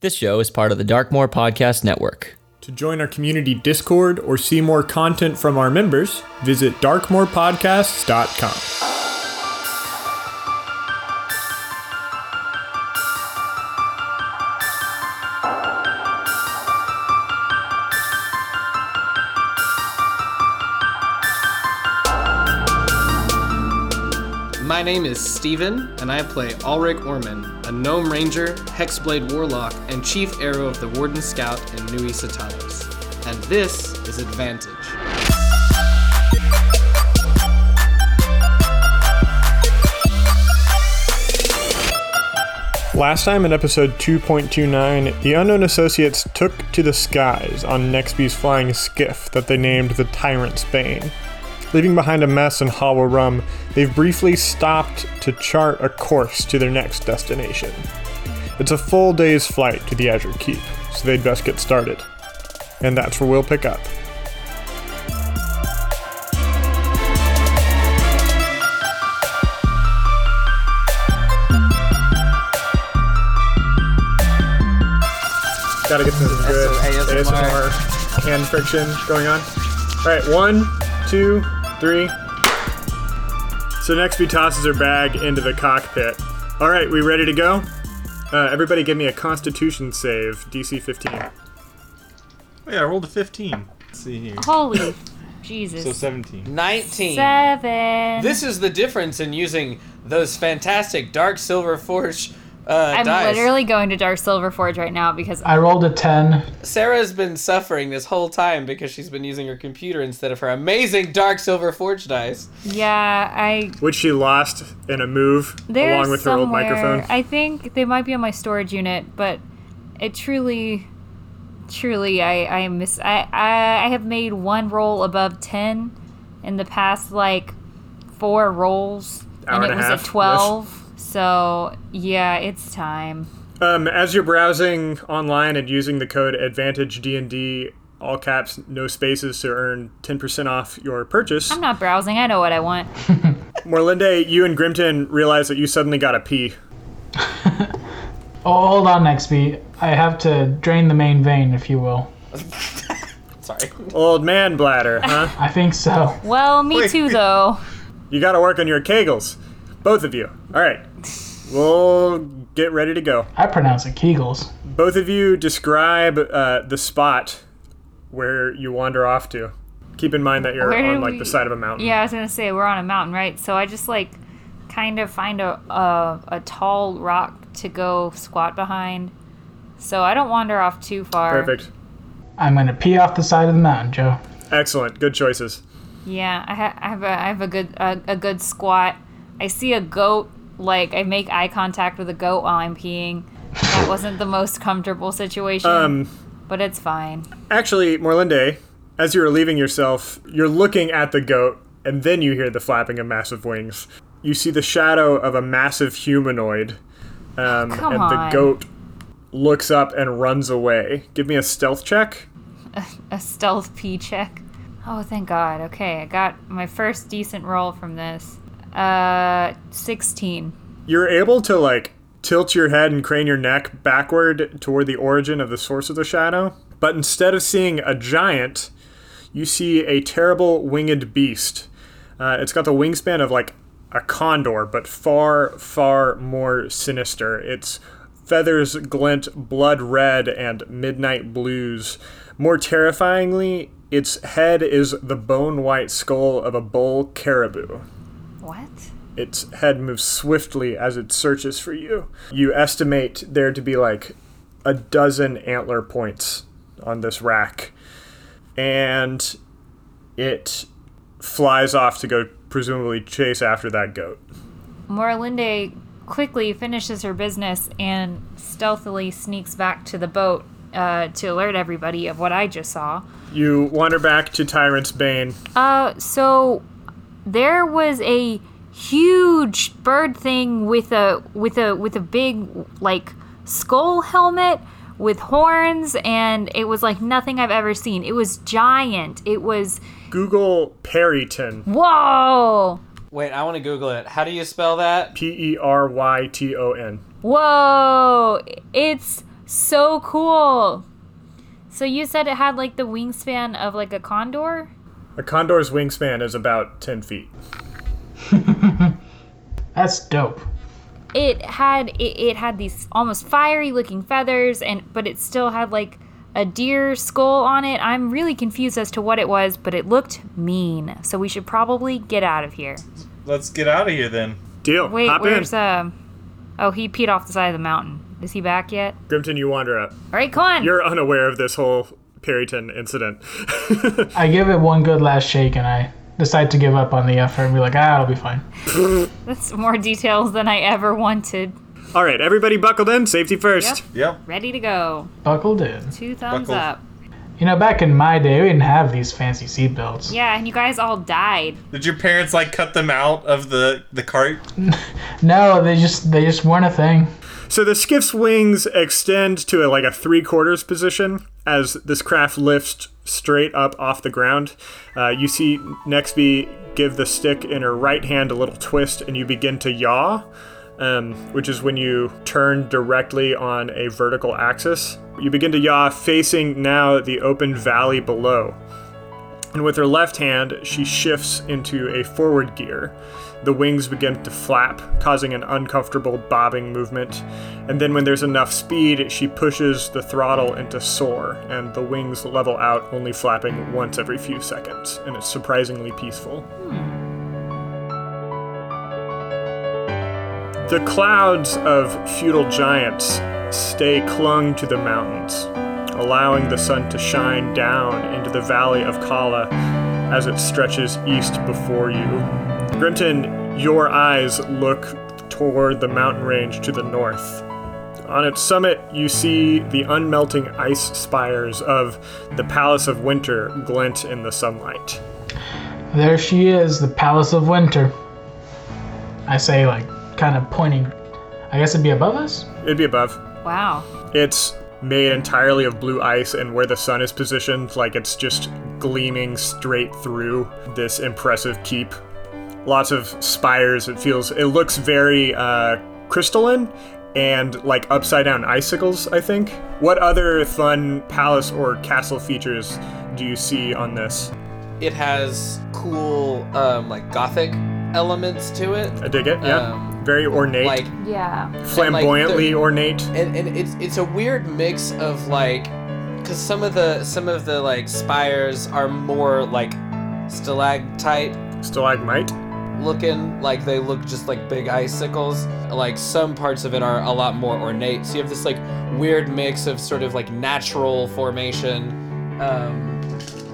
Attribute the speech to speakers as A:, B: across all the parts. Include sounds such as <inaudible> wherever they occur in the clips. A: This show is part of the Darkmoor Podcast Network.
B: To join our community Discord or see more content from our members, visit darkmorepodcasts.com.
C: My name is Steven, and I play Ulrich Orman, a gnome ranger, hexblade warlock, and chief arrow of the Warden Scout in Nui Satanas. And this is Advantage.
B: Last time in episode 2.29, the Unknown Associates took to the skies on Nextby's flying skiff that they named the Tyrant's Bane. Leaving behind a mess in Hollow Rum, they've briefly stopped to chart a course to their next destination. It's a full day's flight to the Azure Keep, so they'd best get started. And that's where we'll pick up. Gotta get some good
C: ASMR.
B: ASMR hand friction going on. All right, one, two, three. So next, we tosses her bag into the cockpit. All right, we ready to go? Uh, everybody, give me a Constitution save, DC 15.
D: Oh, yeah, I rolled a 15. Let's see here.
E: Holy Jesus.
D: So 17.
C: 19.
E: Seven.
C: This is the difference in using those fantastic Dark Silver Forge uh,
E: I'm
C: dice.
E: literally going to Dark Silver Forge right now because
F: I rolled a 10.
C: Sarah's been suffering this whole time because she's been using her computer instead of her amazing Dark Silver Forge dice.
E: yeah, I
B: Which she lost in a move
E: they're
B: along with her
E: somewhere.
B: old microphone.
E: I think they might be on my storage unit, but it truly truly I I miss I I, I have made one roll above 10 in the past like four rolls
B: Hour
E: and it
B: and a
E: was
B: half,
E: a
B: yes.
E: 12. So, yeah, it's time.
B: Um, as you're browsing online and using the code Advantage DND, all caps, no spaces, to earn 10% off your purchase,
E: I'm not browsing. I know what I want.
B: Morlinde, you and Grimton realize that you suddenly got a pee.
F: Oh, hold on, XP. I have to drain the main vein, if you will.
C: Sorry. <laughs>
B: Old man
E: <laughs>
B: bladder, huh?
F: I think so.
E: Well, me
B: <laughs>
E: too though.
B: You gotta work on your kegels. Both of you. Alright. We'll get ready to go.
F: I pronounce it Kegels.
B: Both of you describe uh, the spot where you wander off to. Keep in mind that you're
E: Where
B: on
E: do
B: like
E: we-
B: the side of a mountain.
E: Yeah, I was gonna say we're on a mountain, right? So I just like kind of find a a, a tall rock to go squat behind. So I don't wander off too far.
B: Perfect.
F: I'm gonna pee off the side of the mountain, Joe.
B: Excellent. Good choices.
E: Yeah, I, ha- I have a I have a good a, a good squat. I see a goat. Like I make eye contact with a goat while I'm peeing.
B: <laughs>
E: That wasn't the most comfortable situation,
B: Um,
E: but it's fine.
B: Actually, Morlinde, as you're leaving yourself, you're looking at the goat, and then you hear the flapping of massive wings. You see the shadow of a massive humanoid, um,
E: Come
B: and
E: on.
B: the goat looks up and runs away. Give me a stealth check.
E: A stealth pee check. Oh, thank God. Okay, I got my first decent roll from this. Uh, sixteen.
B: You're able to like tilt your head and crane your neck backward toward the origin of the source of the shadow, but instead of seeing a giant, you see a terrible winged beast. Uh, it's got the wingspan of like a condor, but far, far more sinister. Its feathers glint blood red and midnight blues. More terrifyingly, its head is the bone white skull of a bull caribou.
E: What?
B: Its head moves swiftly as it searches for you. You estimate there to be like a dozen antler points on this rack. And it flies off to go, presumably, chase after that goat.
E: Morlinde quickly finishes her business and stealthily sneaks back to the boat uh, to alert everybody of what I just saw.
B: You wander back to Tyrant's Bane.
E: Uh, so there was a huge bird thing with a with a with a big like skull helmet with horns and it was like nothing I've ever seen. It was giant. It was
B: Google Perryton.
E: whoa.
C: Wait, I want to Google it. How do you spell that?
B: P E R Y T O N.
E: Whoa! It's so cool. So you said it had like the wingspan of like a condor?
B: A condor's wingspan is about 10 feet.
F: That's dope.
E: It had it, it had these almost fiery looking feathers and but it still had like a deer skull on it. I'm really confused as to what it was, but it looked mean. So we should probably get out of here.
D: Let's get out of here then.
B: Deal.
E: Wait,
B: Hop in.
E: where's um Oh, he peed off the side of the mountain. Is he back yet?
B: Grimton, you wander up.
E: All right, come on.
B: You're unaware of this whole Perryton incident. <laughs>
F: I give it one good last shake and I decide to give up on the effort and be like, ah, it'll be fine.
E: That's more details than I ever wanted.
B: All right, everybody buckled in. Safety first.
E: Yep.
D: Yep.
E: Ready to go.
F: Buckled in.
E: Two thumbs
D: Buckle.
E: up.
F: You know, back in my day, we didn't have these fancy seatbelts.
E: Yeah, and you guys all died.
D: Did your parents like cut them out of the the cart?
F: No, they just they just weren't a thing.
B: So the skiff's wings extend to a, like a three quarters position as this craft lifts straight up off the ground. Uh, you see Nexby give the stick in her right hand a little twist, and you begin to yaw, um, which is when you turn directly on a vertical axis. You begin to yaw facing now the open valley below. And with her left hand, she shifts into a forward gear. The wings begin to flap, causing an uncomfortable bobbing movement. And then, when there's enough speed, she pushes the throttle into soar, and the wings level out, only flapping once every few seconds. And it's surprisingly peaceful. The clouds of feudal giants stay clung to the mountains, allowing the sun to shine down into the valley of Kala as it stretches east before you. Grimton, your eyes look toward the mountain range to the north. On its summit, you see the unmelting ice spires of the Palace of Winter glint in the sunlight.
F: There she is, the Palace of Winter. I say, like, kind of pointing. I guess it'd be above us?
B: It'd be above.
E: Wow.
B: It's made entirely of blue ice, and where the sun is positioned, like it's just gleaming straight through this impressive keep. Lots of spires. It feels. It looks very uh, crystalline and like upside down icicles. I think. What other fun palace or castle features do you see on this?
G: It has cool, um, like gothic elements to it.
B: I dig it. Yeah.
G: Um,
B: very ornate,
G: Like,
E: Yeah.
B: flamboyantly ornate.
G: and, and it's it's a weird mix of like, because some of the some of the like spires are more like stalactite
B: Stalagmite.
G: looking like they look just like big icicles like some parts of it are a lot more ornate so you have this like weird mix of sort of like natural formation um,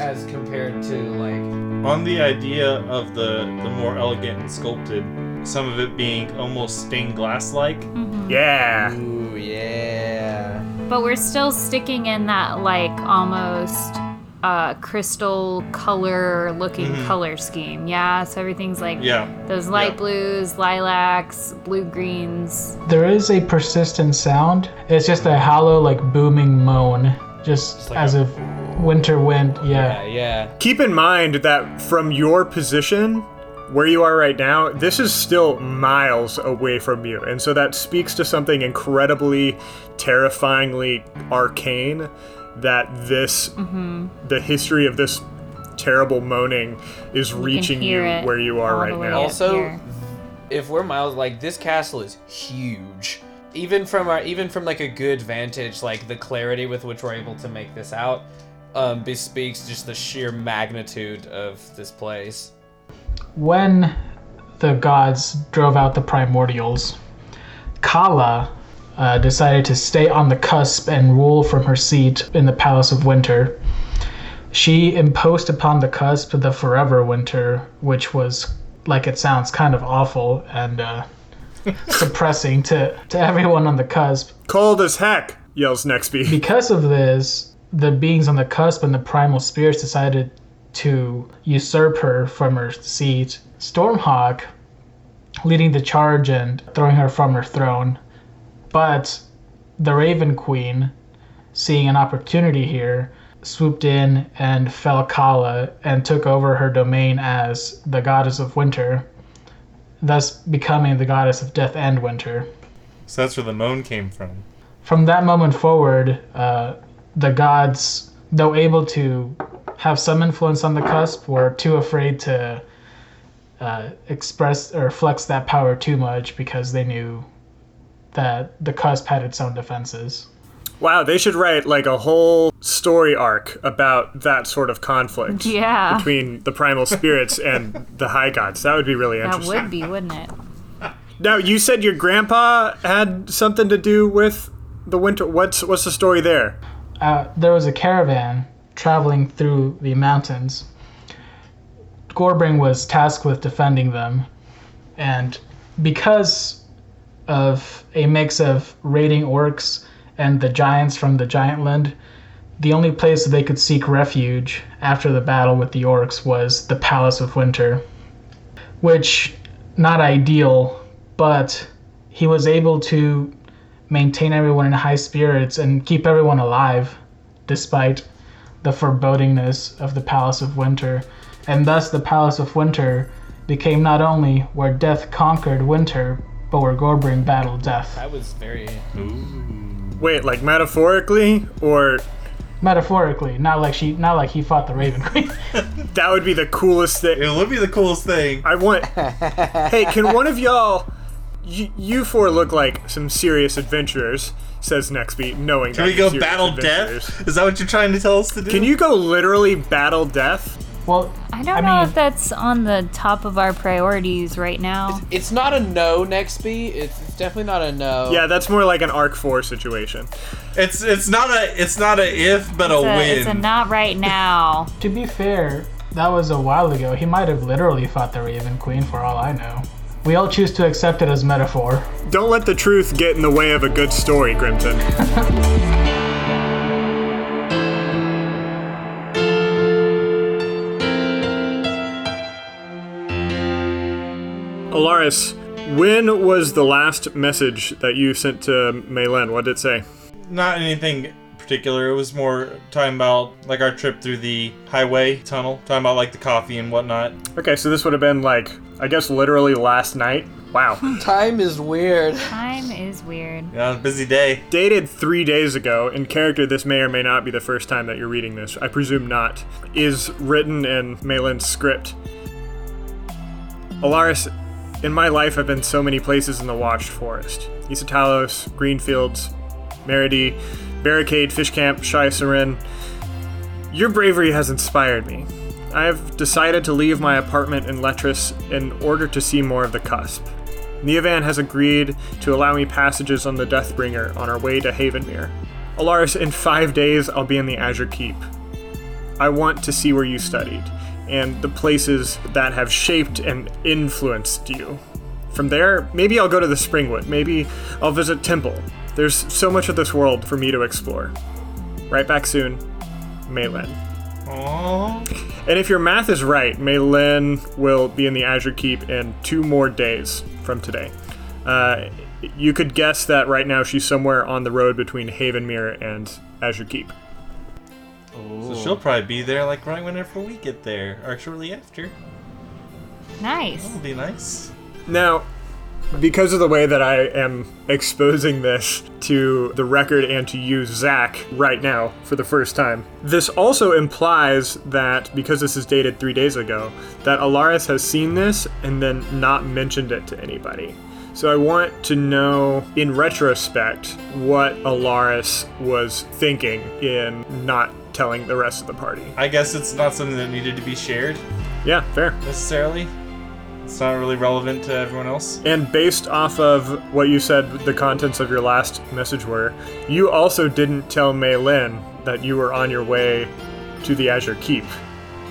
G: as compared to like
D: On the idea of the the more elegant and sculpted, some of it being almost stained glass like.
E: Mm-hmm.
B: Yeah.
G: ooh yeah
E: But we're still sticking in that like almost uh, crystal color looking color scheme. Yeah. So everything's like
D: Yeah.
E: those light
D: Yeah.
E: blues, lilacs, blue greens.
F: There is a persistent sound. It's just a hollow, like, booming moan. Just as if winter wind, yeah.
G: yeah yeah
B: Keep in mind that from your position, where you are right now, this is still miles away from you. And so that speaks to something incredibly terrifyingly arcane that this,
E: Mm-hmm.
B: the history of this terrible moaning is reaching you
E: hear it
B: where you are
E: all
B: right
E: the way
B: now.
E: up.
G: also
E: here.
G: if we're miles like this castle is huge even from our even from like a good vantage like the clarity with which we're able to make this out um, bespeaks just the sheer magnitude of this place
F: When the gods drove out the primordials, Kala uh, decided to stay on the cusp and rule from her seat in the Palace of Winter. She imposed upon the cusp the forever winter, which was, like it sounds, kind of awful and uh, suppressing to, to everyone on the cusp.
B: Cold as heck, yells <laughs> Nextby.
F: Because of this, the beings on the cusp and the primal spirits decided to usurp her from her seat. Stormhawk leading the charge and throwing her from her throne. But the Raven Queen, seeing an opportunity here, swooped in and fell Kala and took over her domain as the goddess of winter, thus becoming the goddess of death and winter.
D: So that's where the moan came from.
F: From that moment forward, uh, the gods, though able to have some influence on the cusp, were too afraid to uh, express or flex that power too much because they knew that the cusp had its own defenses.
B: Wow, they should write like a whole story arc about that sort of conflict
E: <laughs> Yeah.
B: between the primal
E: <laughs>
B: spirits and the high gods. That would be really
E: That
B: interesting.
E: would be, wouldn't it?
B: Now, you said your grandpa had something to do with the winter. What's what's the story there?
F: uh, there was a caravan traveling through the mountains. Gorbring was tasked with defending them, and because of a mix of raiding orcs and the giants from the Giantland, the only place they could seek refuge after the battle with the orcs was the Palace of Winter, which not ideal, but he was able to maintain everyone in high spirits and keep everyone alive despite the forebodingness of the Palace of Winter. And thus, the Palace of Winter became not only where death conquered winter, but where Gorbring battled death.
G: That was very.
B: Wait, like metaphorically, or
F: Metaphorically, not like she, not like he fought the Raven <laughs> Queen.
B: that would be the coolest thing.
D: It would be the coolest thing.
B: I want. hey, can one of y'all? You, you four look like some serious adventurers. Says Nextbeat, knowing
D: Can
B: that
D: we go
B: serious
D: battle
B: adventurers.
D: death? Is that what you're trying to tell us to do?
B: Can you go literally battle death?
F: well,
E: I don't
F: I
E: know
F: mean-
E: if that's on the top of our priorities right now.
G: It's not a no, next B. It's, it's definitely not a no.
B: Yeah, that's more like an Arc Four situation.
D: It's it's not a it's not a if but a
E: It's a,
D: win.
E: it's a not right now.
F: to be fair, that was a while ago. He might have literally fought the Raven Queen for all I know. We all choose to accept it as metaphor.
B: Don't let the truth get in the way of a good story, Grimton. Alaris, when was the last message that you sent to Maylen? What did it say?
D: not anything particular. It was more talking about like our trip through the highway tunnel, talking about like the coffee and whatnot.
B: Okay, so this would have been like, I guess, literally last night. Wow.
G: Time is weird.
E: Time is weird.
D: Yeah, it was a busy day.
B: Dated three days ago, in character, this may or may not be the first time that you're reading this. I presume not. Is written in Malin's script. Alaris, in my life, I've been so many places in the Watched Forest Isatalos, Greenfields, Meridi, Barricade, Fish Camp, Shai Seren. Your bravery has inspired me. I have decided to leave my apartment in Letras in order to see more of the cusp. Neovan has agreed to allow me passages on the Deathbringer on our way to Havenmere. Alaris, in five days, I'll be in the Azure Keep. I want to see where you studied and the places that have shaped and influenced you. From there, maybe I'll go to the Springwood. Maybe I'll visit Temple. There's so much of this world for me to explore. Right back soon, Maylin.
D: Aww.
B: And if your math is right, Maylin will be in the Azure Keep in two more days from today. Uh, you could guess that right now she's somewhere on the road between Havenmere and Azure Keep.
D: So she'll probably be there like right whenever we get there, or shortly after.
E: Nice.
D: That'll be nice.
B: Now, because of the way that I am exposing this to the record and to you, Zach, right now for the first time, this also implies that because this is dated three days ago, that Alaris has seen this and then not mentioned it to anybody. So I want to know, in retrospect, what Alaris was thinking in not telling the rest of the party.
D: I guess it's not something that needed to be shared
B: Yeah, fair.
D: necessarily. It's not really relevant to everyone else.
B: And based off of what you said the contents of your last message were, you also didn't tell Mei Lin that you were on your way to the Azure Keep.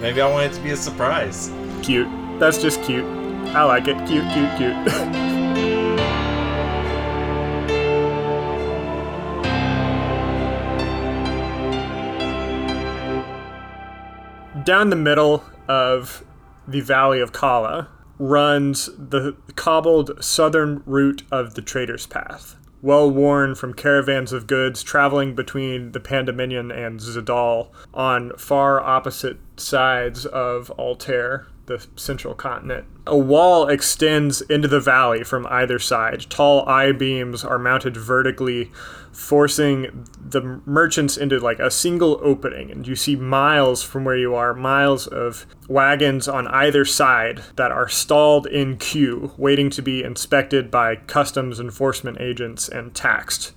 D: Maybe I want it to be a surprise.
B: Cute. That's just cute. I like it. Cute, cute, <laughs> cute. Down the middle of the Valley of Kala runs the cobbled southern route of the Trader's Path, well worn from caravans of goods traveling between the Pandominion and Zadal on far opposite sides of Altair, the central continent. A wall extends into the valley from either side. Tall I beams are mounted vertically, forcing the merchants into like a single opening. And you see miles from where you are, miles of wagons on either side that are stalled in queue, waiting to be inspected by customs enforcement agents and taxed.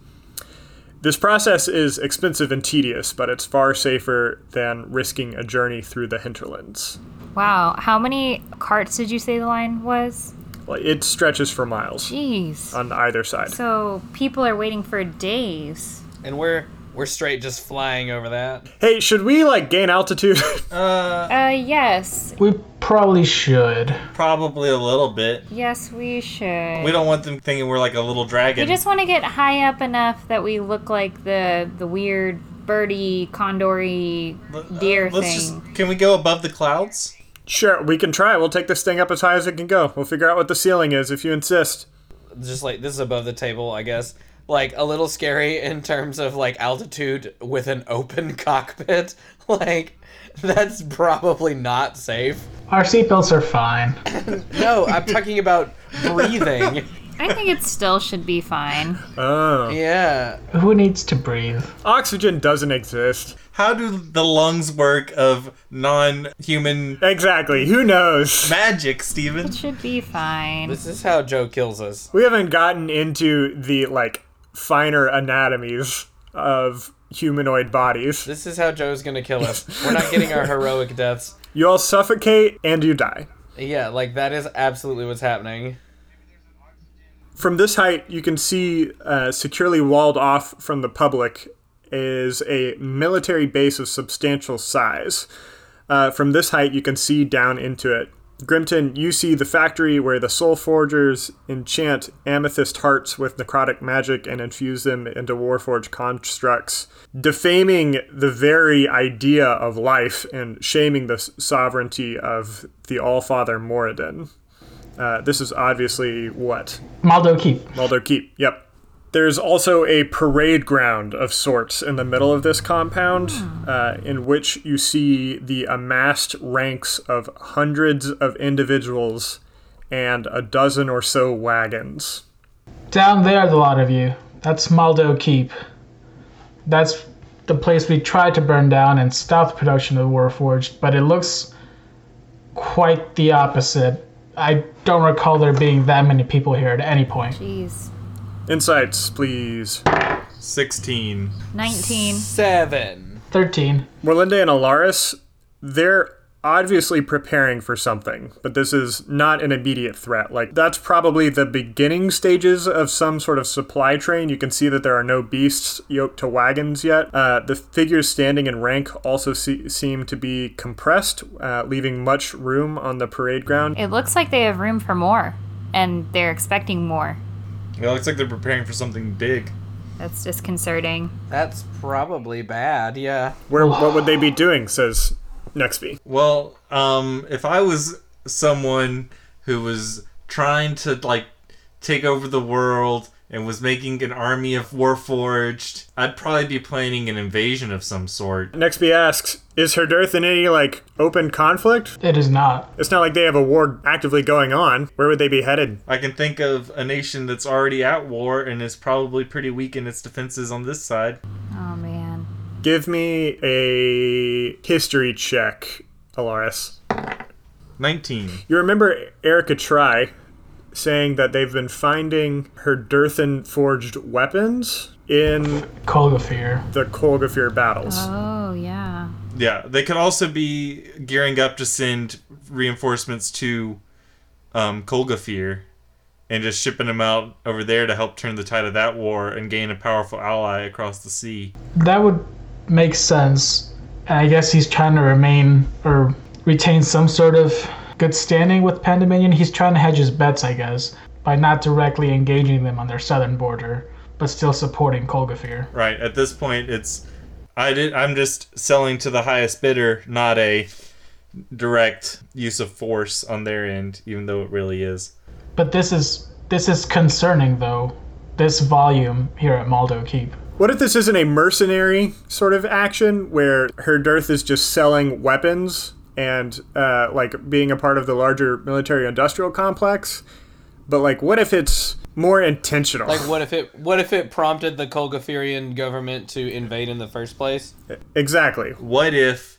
B: This process is expensive and tedious, but it's far safer than risking a journey through the hinterlands.
E: Wow. How many carts did you say the line was?
B: Like it stretches for miles
E: Jeez.
B: on either side.
E: So people are waiting for days.
G: And we're we're straight just flying over that.
B: Hey, should we like gain altitude? <laughs>
E: Uh, yes.
F: We probably should.
D: Probably a little bit.
E: Yes, we should.
D: We don't want them thinking we're like a little
E: We
D: dragon.
E: just want to get high up enough that we look like the the weird birdie, condory deer
D: uh, Let's
E: thing.
D: just. Can we go above the clouds?
B: sure, we can try. We'll take this thing up as high as it can go. We'll figure out what the ceiling is if you insist.
G: Just like this is above the table, I guess. Like a little scary in terms of like altitude with an open <laughs> cockpit. Like that's probably not safe.
F: Our seatbelts are fine.
G: No, I'm talking about breathing.
E: I think it still should be fine.
B: Oh.
G: <laughs> Yeah.
F: Who needs to breathe?
B: Oxygen doesn't exist.
D: How do the lungs work of non-human
B: Exactly. Who knows?
D: magic, Steven?
E: It should be fine.
G: This is how Joe kills us.
B: We haven't gotten into the like finer anatomies of humanoid bodies.
G: This is how Joe's gonna kill us. We're not getting <laughs> our heroic deaths.
B: You all suffocate and you die.
G: Yeah, like that is absolutely what's happening.
B: From this height, you can see uh, securely walled off from the public is a military base of substantial size. Uh, from this height, you can see down into it. Grimton, you see the factory where the soul forgers enchant amethyst hearts with necrotic magic and infuse them into warforged constructs, defaming the very idea of life and shaming the s- sovereignty of the Allfather Moradin. Uh, this is obviously what
F: Maldo Keep.
B: Maldo Keep. Yep. There's also a parade ground of sorts in the middle of this compound, uh, in which you see the amassed ranks of hundreds of individuals and a dozen or so wagons.
F: Down there, the lot of you. That's Maldo Keep. That's the place we tried to burn down and stop the production of Warforged, but it looks quite the opposite. I don't recall there being that many people here at any point.
E: Jeez.
B: Insights, please.
D: 16.
E: 19.
G: Seven.
F: 13.
B: Merlinda and Alaris, they're obviously preparing for something, but this is not an immediate threat. Like, that's probably the beginning stages of some sort of supply train. You can see that there are no beasts yoked to wagons yet. Uh, the figures standing in rank also se- seem to be compressed, uh, leaving much room on the parade ground.
E: It looks like they have room for more, and they're expecting more.
D: It looks like they're preparing for something big.
E: That's disconcerting.
G: That's probably bad, yeah.
B: Where, what would they be doing, says Nexby.
D: Well, um, if I was someone who was trying to like take over the world and was making an army of warforged, I'd probably be planning an invasion of some sort.
B: Nexby asks, is Herdirth in any, like, open conflict?
F: It is not.
B: It's not like they have a war actively going on. Where would they be headed?
D: I can think of a nation that's already at war and is probably pretty weak in its defenses on this side.
E: Oh, man.
B: Give me a history check, Alaris.
D: 19.
B: You remember Erica Try saying that they've been finding her Durthan forged weapons in
F: Kolgafir.
B: the Kolgafir battles.
E: Oh, yeah.
D: Yeah, they could also be gearing up to send reinforcements to um, Kolgafir and just shipping them out over there to help turn the tide of that war and gain a powerful ally across the sea.
F: That would make sense. And I guess he's trying to remain or retain some sort of good standing with Pandominion. He's trying to hedge his bets, I guess, by not directly engaging them on their southern border, but still supporting Kolgafir.
D: Right, at this point, it's. I did, I'm just selling to the highest bidder, not a direct use of force on their end, even though it really is.
F: But this is this is concerning though. This volume here at Maldo Keep.
B: What if this isn't a mercenary sort of action where her Dearth is just selling weapons and uh, like being a part of the larger military industrial complex. But like, what if it's more intentional?
G: Like, what if it what if it prompted the Kolgafirian government to invade in the first place?
B: exactly.
D: What if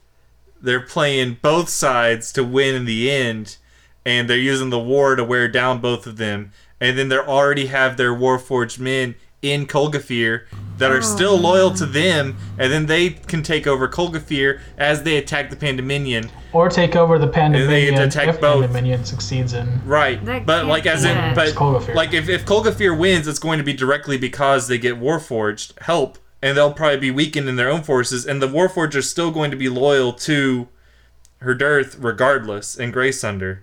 D: they're playing both sides to win in the end, and they're using the war to wear down both of them, and then they already have their Warforged men in Kolgafir that are still loyal to them, and then they can take over Kolgafir as they attack the Pandominion.
F: Or take over the
D: And they
F: Pandominion
D: attack
F: if
D: both.
F: Pandominion succeeds in.
D: Right,
E: That
D: but
E: can't
D: like as
E: be
D: in,
E: bad.
D: but
F: It's Kolgafir.
D: like if if Kolgafir wins, it's going to be directly because they get Warforged help, and they'll probably be weakened in their own forces, and the Warforged are still going to be loyal to Herdirth regardless, and Graysunder.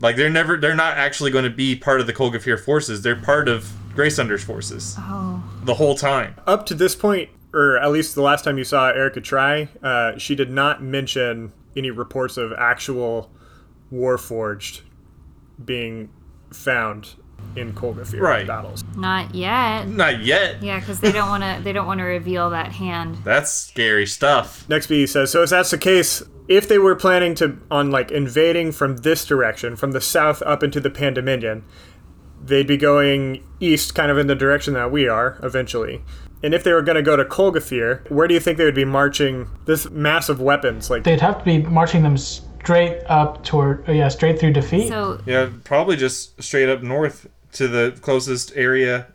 D: Like they're never, they're not actually going to be part of the Kolgafir forces. They're part of Graysunder's forces
E: Oh,
D: the whole time.
B: Up to this point, or at least the last time you saw Erica try, uh, she did not mention any reports of actual Warforged being found in Kolgafir
D: Right.
B: battles.
E: not yet.
D: Not yet.
E: Yeah, because they don't want to. They don't want to reveal that hand.
D: That's scary stuff.
B: Next B says, so if that's the case, if they were planning to on like invading from this direction, from the south up into the Pandominion, they'd be going east, kind of in the direction that we are eventually. And if they were going to go to Kolgafir, where do you think they would be marching this massive weapons? Like
F: They'd have to be marching them straight up toward, oh yeah, straight through defeat.
E: So
D: Yeah, probably just straight up north to the closest area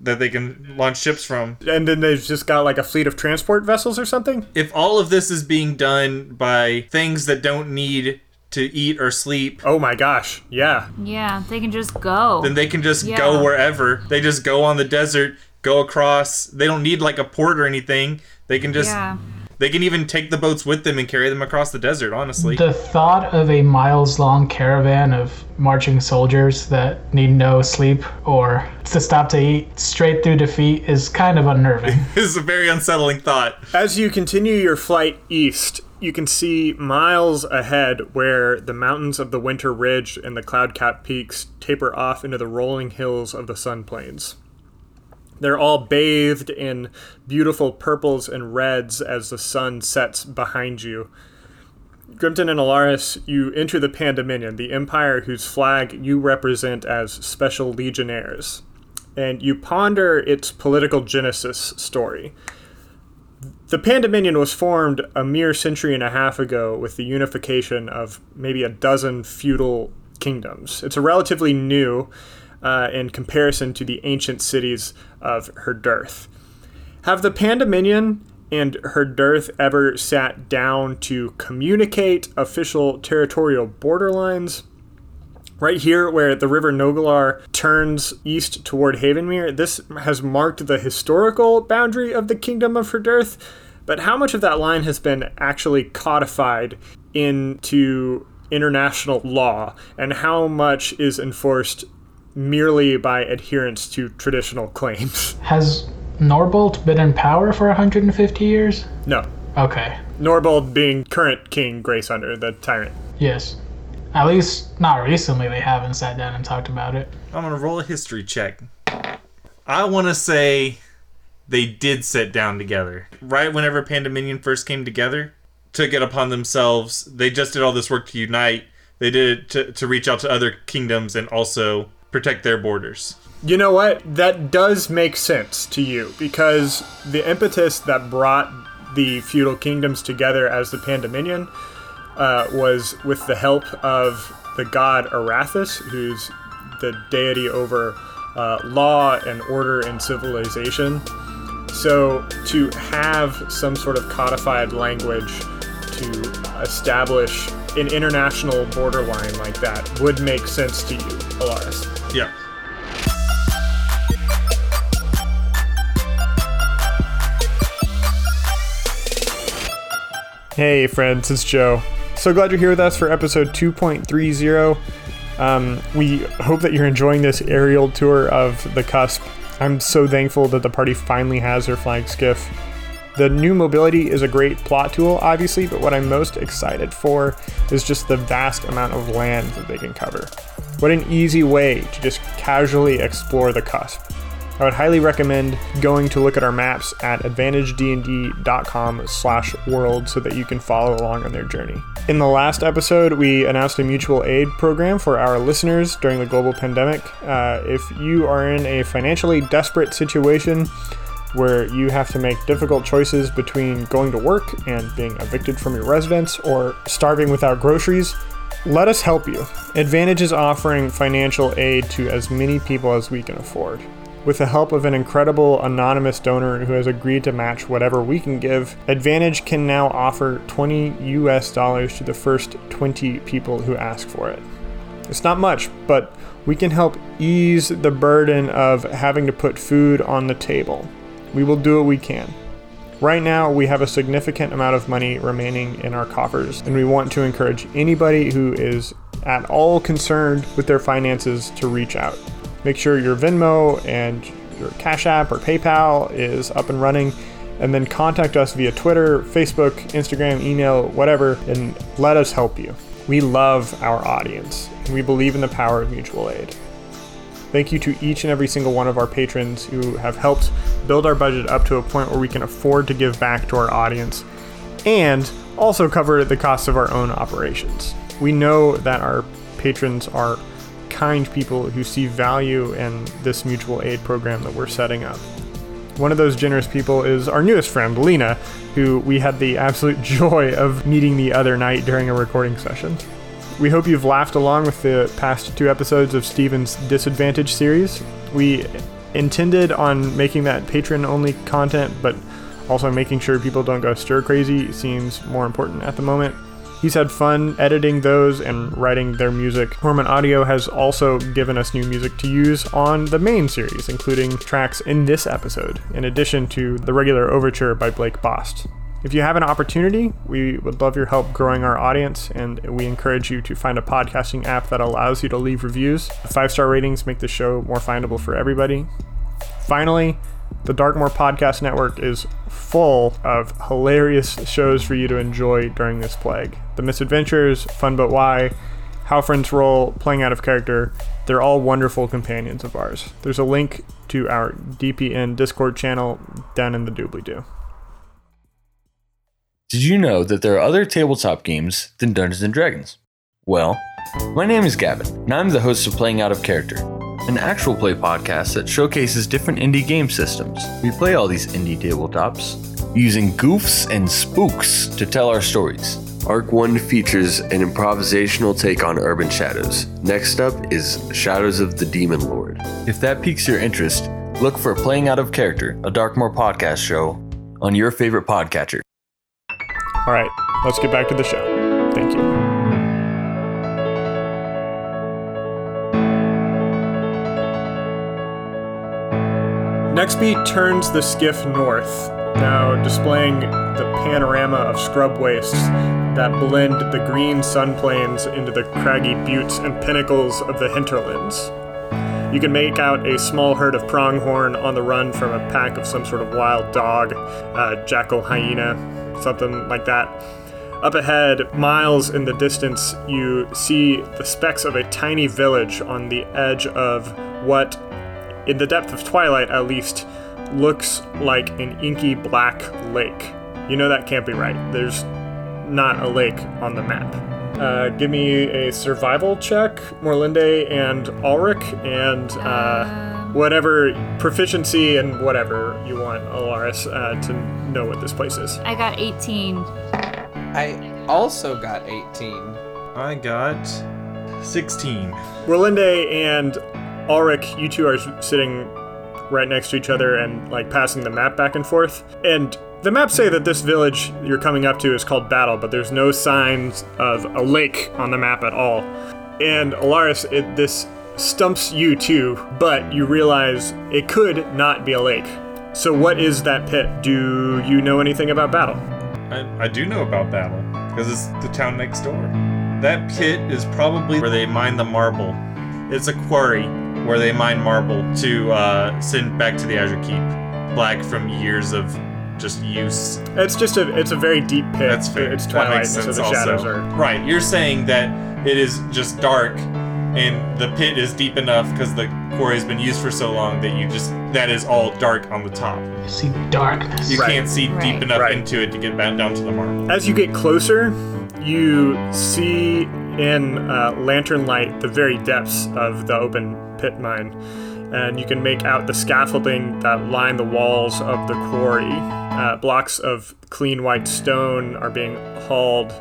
D: that they can launch ships from.
B: and then they've just got like a fleet of transport vessels or something.
D: if all of this is being done by things that don't need to eat or sleep,
B: Oh my gosh, yeah.
E: yeah, they can just go.
D: then they can just
E: Yeah.
D: go wherever. They just go on the desert, go across. They don't need like a port or anything. They can just
E: yeah,
D: they can even take the boats with them and carry them across the desert, honestly.
F: The thought of a miles long caravan of marching soldiers that need no sleep or to stop to eat straight through defeat is kind of unnerving.
D: <laughs> this is a very unsettling thought.
B: As you continue your flight east, you can see miles ahead where the mountains of the Winter Ridge and the cloud capped peaks taper off into the rolling hills of the Sun Plains. They're all bathed in beautiful purples and reds as the sun sets behind you. Grimton and Alaris, you enter the Pandominion, the empire whose flag you represent as special legionnaires, and you ponder its political genesis story. The Pandominion was formed a mere century and a half ago with the unification of maybe a dozen feudal kingdoms. It's a relatively new uh, in comparison to the ancient cities of Herdirth. Have the Pandominion and Herdirth ever sat down to communicate official territorial borderlines? Right here, where the river Nogalar turns east toward Havenmere, this has marked the historical boundary of the Kingdom of Herdirth. But how much of that line has been actually codified into international law, and how much is enforced merely by adherence to traditional claims? <laughs>
F: Has Norbolt been in power for 150 years?
B: no.
F: Okay,
B: Norbold being current King Graysunder, the tyrant.
F: yes. At least not recently they haven't sat down and talked about it.
D: I'm gonna roll a history check. I wanna say they did sit down together. Right whenever Pandominion first came together, took it upon themselves. They just did all this work to unite. They did it to, to reach out to other kingdoms and also protect their borders.
B: You know what? That does make sense to you because the impetus that brought the feudal kingdoms together as the Pandominion uh, was with the help of the god Arathis, who's the deity over uh, law and order and civilization. So, to have some sort of codified language to establish an international borderline like that would make sense to you, Alaris.
D: Yeah.
B: Hey, friends, it's Joe. So glad you're here with us for episode 2.30. Um, we hope that you're enjoying this aerial tour of the Cusp. I'm so thankful that the party finally has their flying skiff. The new mobility is a great plot tool, obviously, but what I'm most excited for is just the vast amount of land that they can cover. What an easy way to just casually explore the Cusp. I would highly recommend going to look at our maps at advantagednd.com slash world so that you can follow along on their journey. In the last episode, we announced a mutual aid program for our listeners during the global pandemic. Uh, if you are in a financially desperate situation where you have to make difficult choices between going to work and being evicted from your residence or starving without groceries, let us help you. Advantage is offering financial aid to as many people as we can afford. With the help of an incredible anonymous donor who has agreed to match whatever we can give, Advantage can now offer 20 US dollars to the first 20 people who ask for it. It's not much, but we can help ease the burden of having to put food on the table. We will do what we can. Right now, we have a significant amount of money remaining in our coffers, and we want to encourage anybody who is at all concerned with their finances to reach out. Make sure your Venmo and your Cash App or PayPal is up and running, and then contact us via Twitter, Facebook, Instagram, email, whatever, and let us help you. We love our audience, and we believe in the power of mutual aid. Thank you to each and every single one of our patrons who have helped build our budget up to a point where we can afford to give back to our audience and also cover the costs of our own operations. We know that our patrons are kind people who see value in this mutual aid program that we're setting up. One of those generous people is our newest friend, Lena, who we had the absolute <laughs> joy of meeting the other night during a recording session. We hope you've laughed along with the past two episodes of Steven's Disadvantage series. We intended on making that patron only content, but also making sure people don't go stir crazy seems more important at the moment. He's had fun editing those and writing their music. Horman Audio has also given us new music to use on the main series, including tracks in this episode, in addition to the regular overture by Blake Bost. If you have an opportunity, we would love your help growing our audience, and we encourage you to find a podcasting app that allows you to leave reviews. Five star ratings make the show more findable for everybody. Finally, the Darkmoor Podcast Network is full of hilarious shows for you to enjoy during this plague. The Misadventures, Fun But Why, How Friends Roll, Playing Out of Character, they're all wonderful companions of ours. There's a link to our DPN Discord channel down in the doobly doo.
H: Did you know that there are other tabletop games than Dungeons and Dragons? Well, my name is Gavin, and I'm the host of Playing Out of Character, an actual play podcast that showcases different indie game systems. We play all these indie tabletops using goofs and spooks to tell our stories.
I: Arc 1 features an improvisational take on urban shadows. Next up is Shadows of the Demon Lord.
H: If that piques your interest, look for Playing Out of Character, a Darkmoor podcast show, on your favorite podcatcher.
B: All right, let's get back to the show. Thank you. Nextby turns the skiff north, now displaying the panorama of scrub wastes that blend the green sun plains into the craggy buttes and pinnacles of the hinterlands. You can make out a small herd of pronghorn on the run from a pack of some sort of wild dog, uh, jackal hyena, something like that. Up ahead, miles in the distance, you see the specks of a tiny village on the edge of what, in the depth of twilight at least, looks like an inky black lake. You know that can't be right. There's not a lake on the map. Uh, give me a survival check, Morlinde and Ulrich, and uh, whatever proficiency and whatever you want, Alaris, uh, to know what this place is.
E: I
D: <laughs>
E: got 18.
G: I also got 18.
D: I got 16.
B: Morlinde and Ulrich, you two are sitting right next to each other and like passing the map back and forth. And the maps say that this village you're coming up to is called Battle, but there's no signs of a lake on the map at all. And Alaris, it, this stumps you too, but you realize it could not be a lake. So what is that pit? Do you know anything about Battle?
D: I, I do know about Battle because it's the town next door. That pit is probably where they mine the marble. It's a quarry where they mine marble to uh, send back to the Azure Keep, black from years of just use.
B: It's just a it's a very deep pit.
D: That's fair.
B: It's
D: That
B: twilight,
D: makes
B: so
D: sense
B: the
D: also.
B: shadows are.
D: Right, you're saying that it is just dark, and the pit is deep enough because the quarry has been used for so long that you just that is all dark on the top.
F: You see darkness.
D: You
B: Right.
D: can't see
E: Right.
D: deep enough
B: Right.
D: into it to get back down to the marble.
B: As you get closer, you see in uh, lantern light the very depths of the open pit mine, and you can make out the scaffolding that line the walls of the quarry. Uh, blocks of clean white stone are being hauled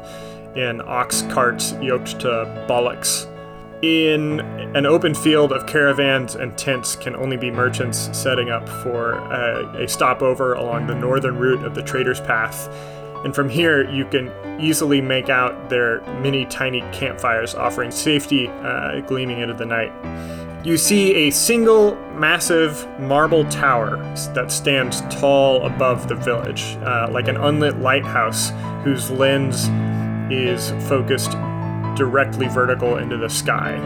B: in ox carts yoked to bullocks. In an open field of caravans and tents can only be merchants setting up for uh, a stopover along the northern route of the Trader's Path. And from here, you can easily make out their many tiny campfires offering safety uh, gleaming into the night. You see a single massive marble tower that stands tall above the village, uh, like an unlit lighthouse whose lens is focused directly vertical into the sky.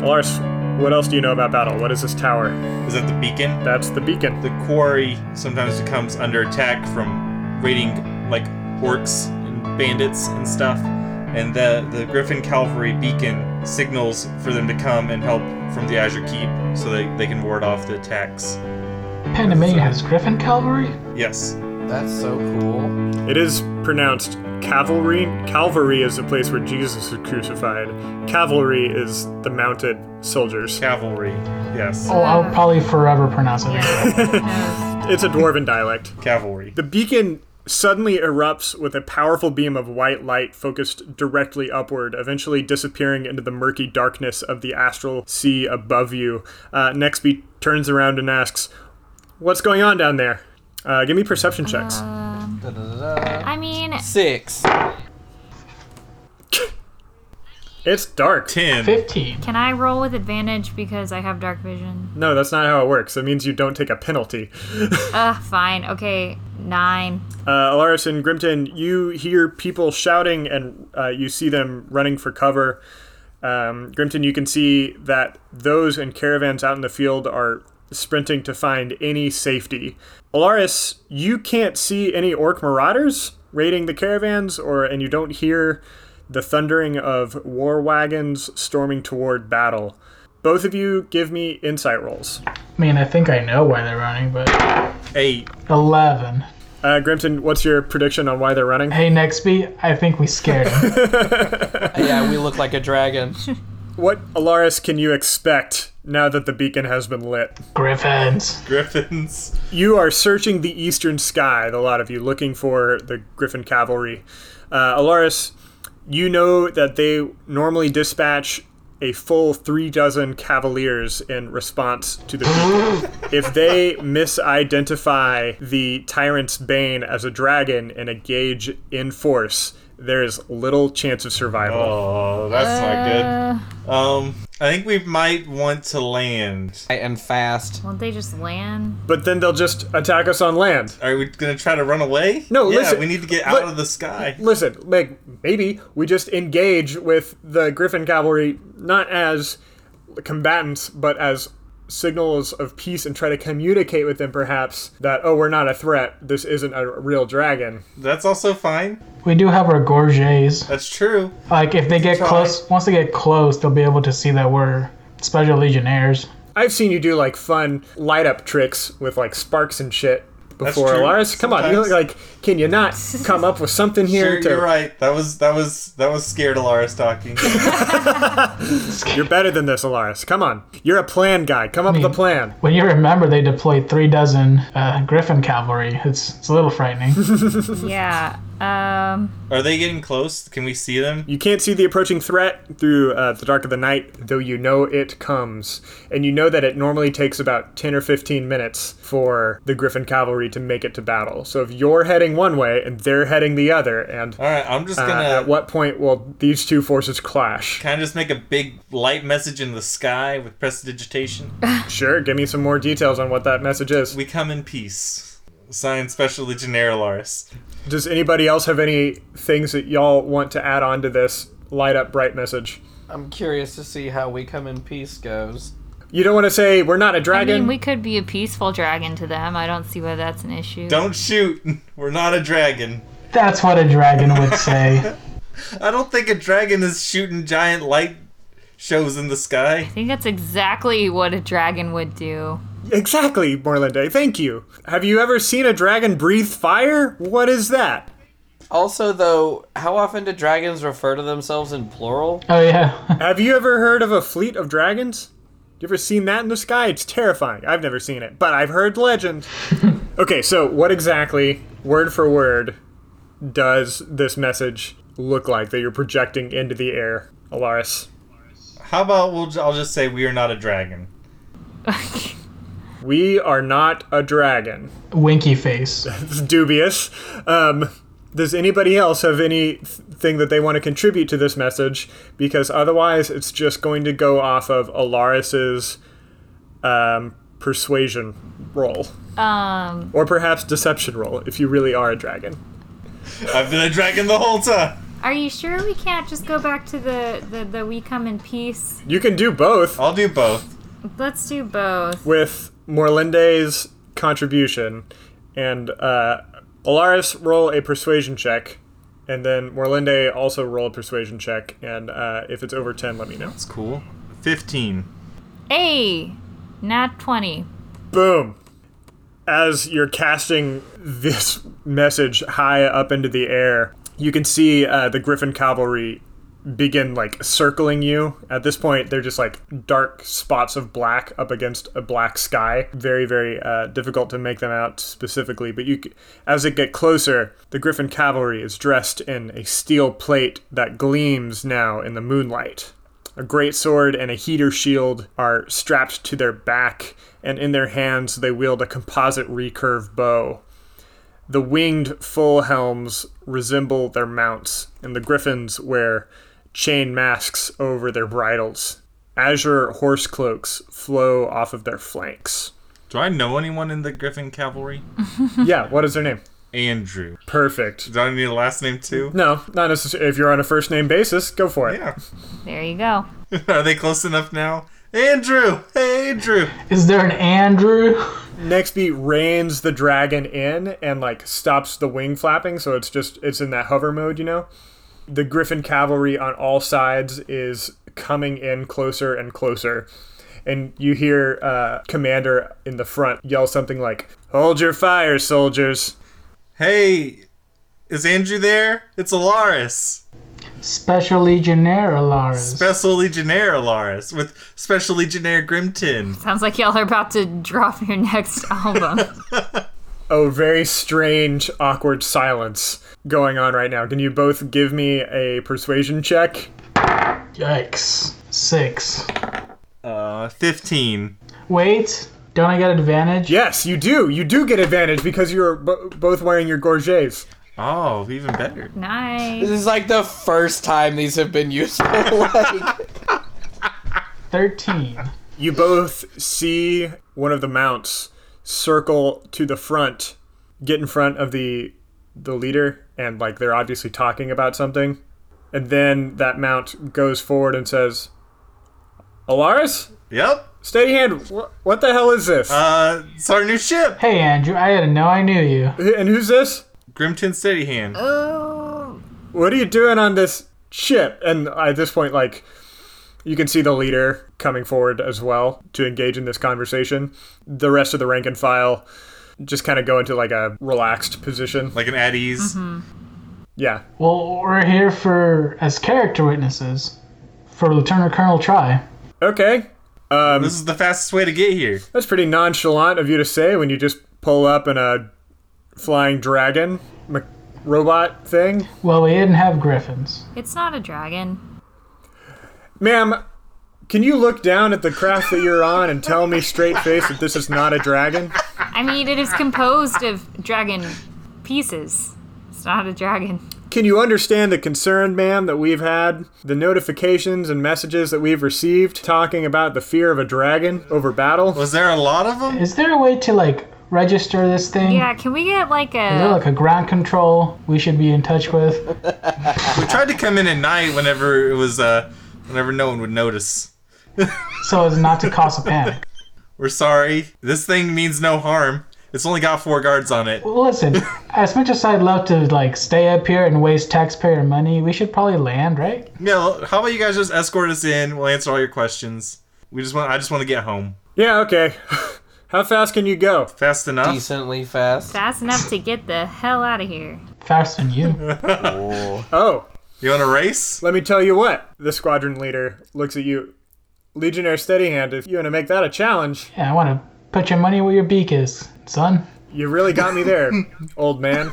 B: Lars, what else do you know about battle? What is this tower?
D: Is that the beacon?
B: That's the beacon.
D: The quarry sometimes becomes under attack from raiding like orcs and bandits and stuff. And the, the Griffin Cavalry beacon signals for them to come and help from the Azure Keep so they, they can ward off the attacks.
F: Pandemania has Griffin Cavalry?
D: Yes.
G: That's so cool.
B: It is pronounced cavalry. Calvary is the place where Jesus was crucified. Cavalry is the mounted soldiers.
D: Cavalry. Yes.
F: Oh, I'll probably forever pronounce it. that way.
B: It's a dwarven dialect.
D: Cavalry.
B: The beacon suddenly erupts with a powerful beam of white light focused directly upward, eventually disappearing into the murky darkness of the astral sea above you. Uh, Nextby turns around and asks, What's going on down there? Uh, give me perception checks.
E: I mean,
G: Six.
B: It's dark.
D: Ten.
F: 15.
E: can I roll with advantage because I have dark vision?
B: No, that's not how it works. That means you don't take a penalty.
E: Ugh, fine. Okay, nine.
B: Uh, Alaris and Grimton, you hear people shouting and uh, you see them running for cover. Um, Grimton, you can see that those and caravans out in the field are sprinting to find any safety. Alaris, you can't see any orc marauders raiding the caravans, or and you don't hear the thundering of war wagons storming toward battle. Both of you give me insight rolls.
F: I mean, I think I know why they're running, but
D: Eight. <laughs>
F: 11.
B: Uh, Grimton, what's your prediction on why they're running?
F: Hey, Nextby, I think we scared him.
G: Yeah, we look like a dragon.
B: What Alaris can you expect now that the beacon has been lit?
F: Griffins.
D: Griffins.
B: You are searching the eastern sky, the lot of you, looking for the Griffin cavalry. Uh, Alaris, you know that they normally dispatch a full three dozen cavaliers in response to the beacon. if they misidentify the Tyrant's Bane as a dragon and engage in force, there is little chance of survival.
D: Oh, that's not good.
B: Uh.
D: Um, I think we might want to land.
G: I am fast.
E: Won't they just land?
D: <laughs>
B: But then they'll just attack us on land.
D: Are we gonna try to run away?
B: No,
D: yeah,
B: listen,
D: we need to get
B: but-
D: out of the sky.
B: listen, like maybe we just engage with the Griffin cavalry not as combatants, but as signals of peace and try to communicate with them perhaps that oh we're not a threat this isn't a real dragon
D: That's also fine.
F: We do have our gorgets.
D: That's true.
F: Like, if they get close, once they get close, they'll be able to see that we're special legionnaires.
B: i've seen you do like fun light up tricks with like sparks and shit before
D: true,
B: Alaris. come on you look
D: sometimes.
B: like can you not come up with something
D: You're,
B: here to
D: you're right. That was that was that was scared Alaris talking. <laughs>
B: you're better than this Alaris. come on you're a plan guy come up with a plan
F: When you remember they deployed three dozen uh, Griffin Cavalry, it's, it's a little frightening.
E: Yeah. Um.
D: Are they getting close? Can we see them?
B: You can't see the approaching threat through uh, the dark of the night, though you know it comes. And you know that it normally takes about 10 or 15 minutes for the Griffin cavalry to make it to battle. So if you're heading one way and they're heading the other, and
D: All right, I'm just
B: uh,
D: gonna
B: at what point will these two forces clash?
D: kind of just make a big light message in the sky with prestidigitation. <laughs>
B: Sure, give me some more details on what that message is.
D: we come in peace. Signed, Special Legionnaire Alaris.
B: Does anybody else have any things that y'all want to add on to this light up bright message?
G: I'm curious to see how we come in peace goes.
B: You don't want to say we're not a
E: I
B: dragon.
E: mean, we could be a peaceful dragon to them. I don't see why that's an issue.
D: Don't shoot. <laughs> We're not a dragon.
F: That's what a dragon would say.
D: I don't think a dragon is shooting giant light shows in the sky.
E: I think that's exactly what a dragon would do.
B: Exactly, Morlande. Thank you. Have you ever seen a dragon breathe fire? What is that?
G: Also, though, how often do dragons refer to themselves in plural?
F: Oh yeah. <laughs>
B: Have you ever heard of a fleet of dragons? You ever seen that in the sky? It's terrifying. I've never seen it, but I've heard legend. okay, so what exactly, word for word, does this message look like that you're projecting into the air, Alaris?
D: How about we'll? j- I'll just say we are not a dragon.
B: We are not a dragon.
F: Winky face.
B: It's dubious. Um, does anybody else have anything that they want to contribute to this message? Because otherwise, it's just going to go off of Alaris's um, persuasion roll,
E: Um,
B: or perhaps deception roll, if you really are a dragon.
D: I've been a dragon the whole time.
E: are you sure we can't just go back to the, the, the we come in peace?
B: You can do both
D: I'll do both.
E: Let's do both.
B: with Morlinde's contribution, and uh, Alaris roll a persuasion check. And then Morlinde also roll a persuasion check, and uh, if it's over ten, let me know.
D: That's cool. Fifteen.
E: Hey, not 20.
B: boom as you're casting this message high up into the air you can see uh, the griffin cavalry begin like circling you at this point they're just like dark spots of black up against a black sky very very uh, difficult to make them out specifically but you c- as it get closer the griffin cavalry is dressed in a steel plate that gleams now in the moonlight a great sword and a heater shield are strapped to their back, and in their hands they wield a composite recurve bow. The winged full helms resemble their mounts, and the griffins wear chain masks over their bridles. Azure horse cloaks flow off of their flanks.
D: Do I know anyone in the Griffin Cavalry?
B: yeah, what is their name?
D: Andrew.
B: Perfect.
D: Do I need a last name too? <laughs>
B: No, not necessarily. If you're on a first name basis, go for it.
D: Yeah.
E: There you go.
D: Are they close enough now? Andrew! Hey, Andrew!
F: Is there an Andrew?
B: Next beat reins the dragon in and like stops the wing flapping, so it's just it's in that hover mode, you know. The Griffin cavalry on all sides is coming in closer and closer, and you hear uh, commander in the front yell something like, "Hold your fire, soldiers!"
D: Hey, is Andrew there? It's Alaris.
F: Special Legionnaire Alaris.
D: Special Legionnaire Alaris with Special Legionnaire Grimton.
E: Sounds like y'all are about to drop your next <laughs> album.
B: Oh, very strange, awkward silence going on right now. Can you both give me a persuasion check?
F: Yikes. Six.
D: Uh, 15.
F: Wait, don't I get advantage?
B: Yes, you do. You do get advantage because you're b- both wearing your gorgets.
D: Oh, even better.
E: nice.
G: This is like the first time these have been useful. like,
F: Thirteen.
B: You both see one of the mounts circle to the front, get in front of the the leader, and like they're obviously talking about something. And then that mount goes forward and says, "Alaris,
D: Yep.
B: steady hand. Wh- what the hell is this?
D: Uh, it's our new ship.
F: Hey Andrew, I didn't know I knew you.
B: and who's this?
D: Grimton Steady Hand.
E: Oh,
B: What are you doing on this ship?" And at this point, like you can see the leader coming forward as well to engage in this conversation. The rest of the rank and file just kind of go into like a relaxed position.
D: Like an at ease.
B: Yeah.
F: Well, we're here for as character witnesses for Lieutenant Colonel Try.
B: Okay. Um,
D: This is the fastest way to get here.
B: that's pretty nonchalant of you to say when you just pull up in a flying dragon m- robot thing.
F: Well, we didn't have griffins.
E: it's not a dragon.
B: Ma'am, can you look down at the craft that you're on and tell me straight face that this is not a dragon?
E: I mean, it is composed of dragon pieces. It's not a dragon.
B: Can you understand the concern, ma'am, that we've had? The notifications and messages that we've received talking about the fear of a dragon over battle?
D: Was there a lot of them?
F: Is there a way to like register this thing?
E: Yeah, can we get like
F: Is there
E: a.
F: like a ground control we should be in touch with?
D: We tried to come in at night whenever it was, uh, whenever no one would notice.
F: So as not to cause a panic.
D: We're sorry. This thing means no harm. It's only got four guards on it.
F: Well, listen, as much as I'd love to like stay up here and waste taxpayer money, we should probably land, right?
D: Yeah, well, how about you guys just escort us in? We'll answer all your questions. We just want I just want to get home.
B: Yeah, okay. <laughs> How fast can you go?
D: Fast enough.
G: <laughs> Decently fast.
E: Fast enough to get the hell out of here.
F: Faster than you.
B: Oh,
D: You want to race?
B: let me tell you what. The squadron leader looks at you. Legionnaire Steady Hand, if you want to make that a challenge,
F: Yeah, I want to put your money where your beak is, son.
B: you really got me there, old man.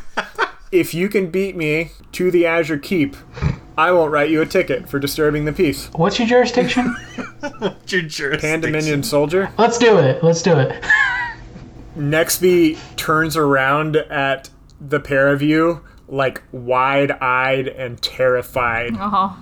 B: If you can beat me to the Azure Keep, I won't write you a ticket for disturbing the peace.
F: What's your jurisdiction?
D: Your jurisdiction.
B: And Dominion Soldier.
F: Let's do it. Let's do it.
B: Nexby turns around at the pair of you, like wide eyed and terrified.
E: Oh,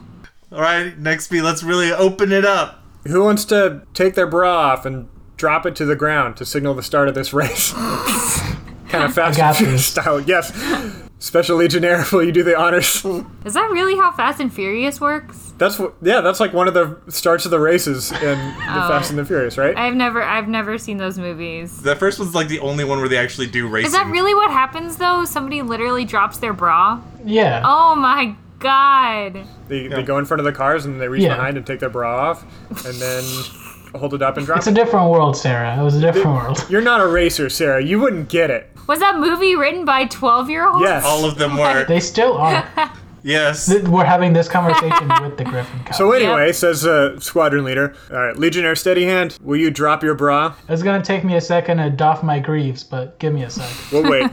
D: All right, next B, let's really open it up.
B: Who wants to take their bra off and drop it to the ground to signal the start of this race?
F: <laughs>
B: kind of fast
F: got
B: and Furious
F: this.
B: style. Yes. Special Legionnaire, will you do the honors?
E: is that really how Fast and Furious works?
B: That's what, yeah. That's like one of the starts of the races in the
F: Oh.
B: Fast and the Furious, right?
E: I've never, I've never seen those movies.
D: The first one's like the only one where they actually do racing.
E: Is that really what happens though? Somebody literally drops their bra.
F: Yeah.
E: Oh my god.
B: they, they go in front of the cars and they reach
F: Yeah.
B: behind and take their bra off, and
F: <laughs>
B: then hold it up and drop
F: It's
B: it.
F: a different world, Sarah. It was a different world.
B: You're not a racer, Sarah. You wouldn't get it.
E: Was that movie written by 12 year olds?
B: Yes.
D: All of them were.
E: <laughs>
F: They still are.
D: Yes.
F: We're having this conversation with the Griffin Cup.
B: So anyway, says uh, squadron leader. All right, Legionnaire, steady hand. Will you drop your bra?
F: it's gonna take me a second to doff my greaves, but give me a sec.
B: Well, wait.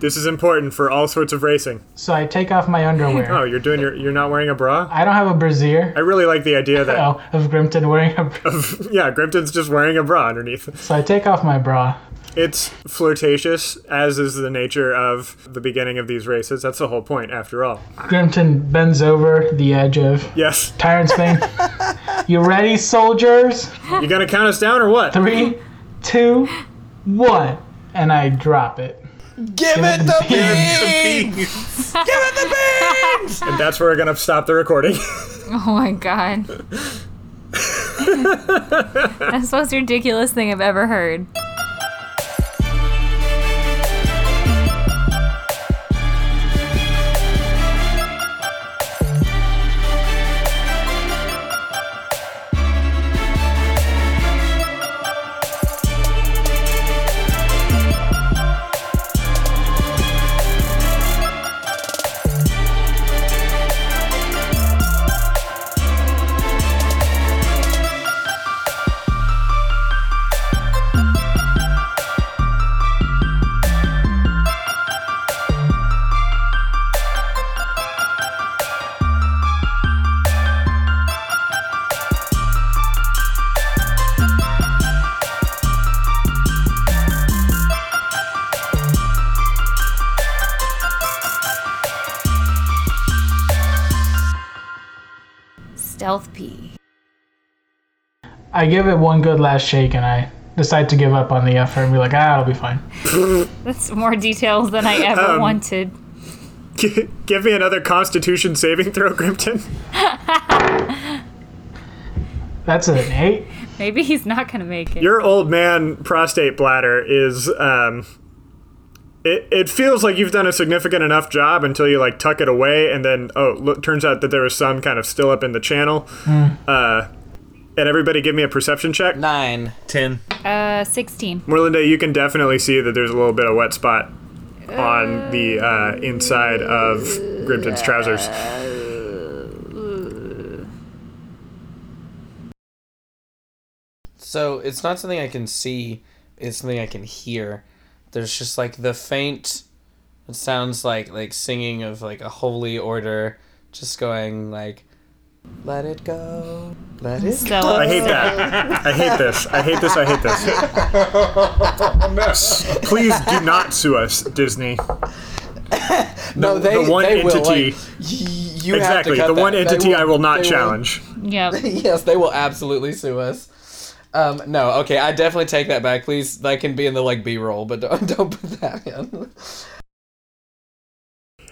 B: this is important for all sorts of racing.
F: So I take off my underwear.
B: Oh, you're doing your. You're not wearing a bra.
F: I don't have a brassiere.
B: I really like the idea that
F: <laughs> Oh, of Grimton wearing a. bra.
B: yeah, Grimpton's just wearing a bra underneath.
F: So I take off my bra.
B: It's flirtatious, as is the nature of the beginning of these races. That's the whole point, after all.
F: Grimton bends over the edge of
B: Yes,
F: Tyrant's
G: <laughs>
F: Fane. you ready, soldiers?
B: you gonna count us down or what?
F: Three, two, one, and I drop it.
G: Give it the
F: <laughs>
G: beans! Give it the beans!
B: And that's where we're gonna stop the recording. <laughs>
E: Oh my god. That's the most ridiculous thing I've ever heard. Stealth pee.
F: I give it one good last shake, and I decide to give up on the effort and be like, ah, it'll be fine.
E: That's more details than I ever wanted.
B: G- Give me another Constitution saving throw, Grimpton.
F: That's an eight.
E: Maybe he's not gonna make it.
B: Your old man prostate bladder is um it, it feels like you've done a significant enough job until you like tuck it away and then oh look turns out that there was some kind of still up in the channel. Uh and everybody give me a perception check.
G: Nine.
D: <laughs> Ten.
E: Uh, 16.
B: Merlinda, you can definitely see that there's a little bit of wet spot on the uh, inside of Grimton's trousers.
G: So it's not something I can see, it's something I can hear. There's just like the faint it sounds like like singing of like a holy order just going like let it go. Let it go.
E: Stella.
B: I hate that. I hate this. I hate this. I hate this. S- Please do not sue us, Disney.
G: No, they,
B: the one
G: they will,
B: entity-
G: like, y- you have to
B: Exactly.
G: cut
B: The one
G: that. They
B: entity I will not
G: they
B: challenge.
E: Yep.
G: <laughs> yes, they will absolutely sue us. Um, no, okay, I definitely take that back. Please, that can be in the like B roll, but don't, <laughs> don't put that in.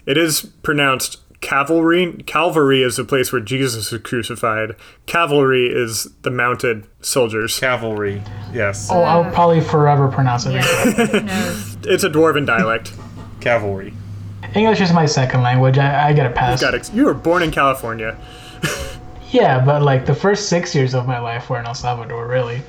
B: It is pronounced cavalry. Calvary is the place where Jesus is crucified. Cavalry is the mounted soldiers.
D: Cavalry. Yes.
F: Oh, I'll probably forever pronounce it.
B: It's a dwarven dialect.
D: Cavalry.
F: English is my second language. I, I get a pass.
B: Got it. You were born in California.
F: Yeah, but like the first six years of my life were in El Salvador, really.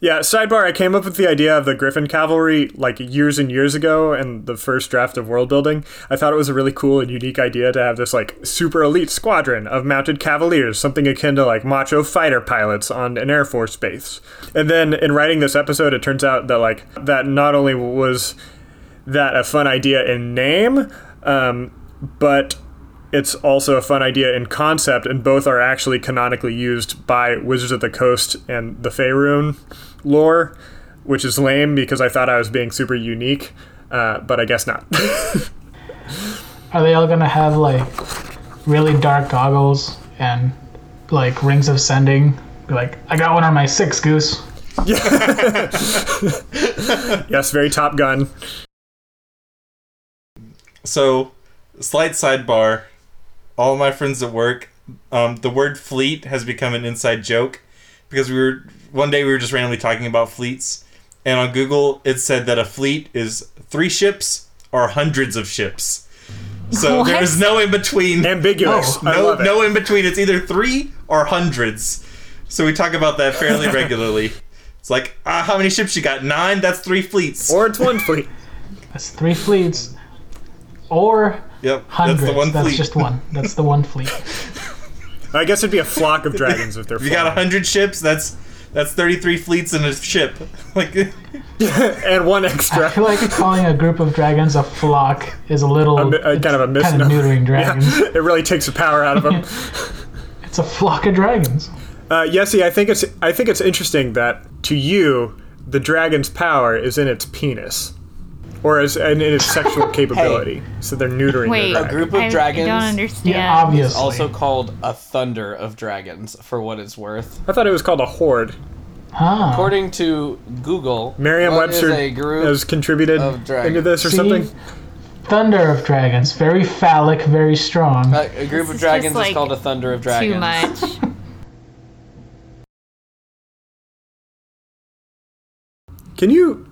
B: Yeah, sidebar, I came up with the idea of the Griffin Cavalry like years and years ago and the first draft of world building. I thought it was a really cool and unique idea to have this like super elite squadron of mounted cavaliers, something akin to like macho fighter pilots on an Air Force base. And then in writing this episode, it turns out that like that not only was that a fun idea in name, um, but it's also a fun idea in concept, and both are actually canonically used by Wizards of the Coast and the Faerun lore, which is lame because I thought I was being super unique, uh, but I guess not. <laughs>
F: Are they all gonna have like really dark goggles and like rings of sending? Be like, I got one on my six goose.
B: yes, very Top Gun.
D: So, slight sidebar. All my friends at work, um, the word fleet has become an inside joke because we were one day we were just randomly talking about fleets, and on Google it said that a fleet is three ships or hundreds of ships.
F: <laughs>
D: So there is no in between.
B: Ambiguous. I
D: Oh, No,
B: love it.
D: no in between. It's either three or hundreds. So we talk about that
F: <laughs>
D: fairly regularly. It's like, ah, how many ships you got? Nine. That's three fleets.
B: Or it's one fleet.
F: That's three fleets, or
D: yep,
F: hundreds.
D: that's the one fleet.
B: <laughs>
F: just one. That's the one fleet.
B: I guess it'd be a flock of dragons if they're.
D: <laughs> You got hundred ships. That's that's thirty-three fleets in a ship. <laughs> Like,
B: and one
F: I feel
B: extra.
F: like calling a group of dragons a flock is a little
B: mi- uh, kind of <laughs> a
F: it's Kind
B: <laughs>
F: of
B: misnomer.
F: neutering dragons.
B: it really takes the power out of
F: <laughs>
B: them.
F: It's a flock of dragons.
B: Uh, Yessi, I think it's I think it's interesting that to you the dragon's power is in its penis, or is and in its
F: <laughs>
B: sexual capability. So they're neutering.
E: Wait.
B: their
G: A
B: dragon.
G: group of
E: I
G: dragons
E: don't
F: Yeah,
E: understand.
F: obviously.
G: also called a thunder of dragons for what it's worth.
B: I thought it was called a horde.
F: Huh.
G: According to Google, what is
B: Merriam-Webster
G: a group
B: has contributed
G: of dragons.
B: into this or
F: See?
B: something.
F: Thunder of dragons, very phallic, very strong.
G: A, a group
E: This
G: of
E: is
G: dragons
E: just, like,
G: is called a thunder of dragons.
E: Too much.
B: Can you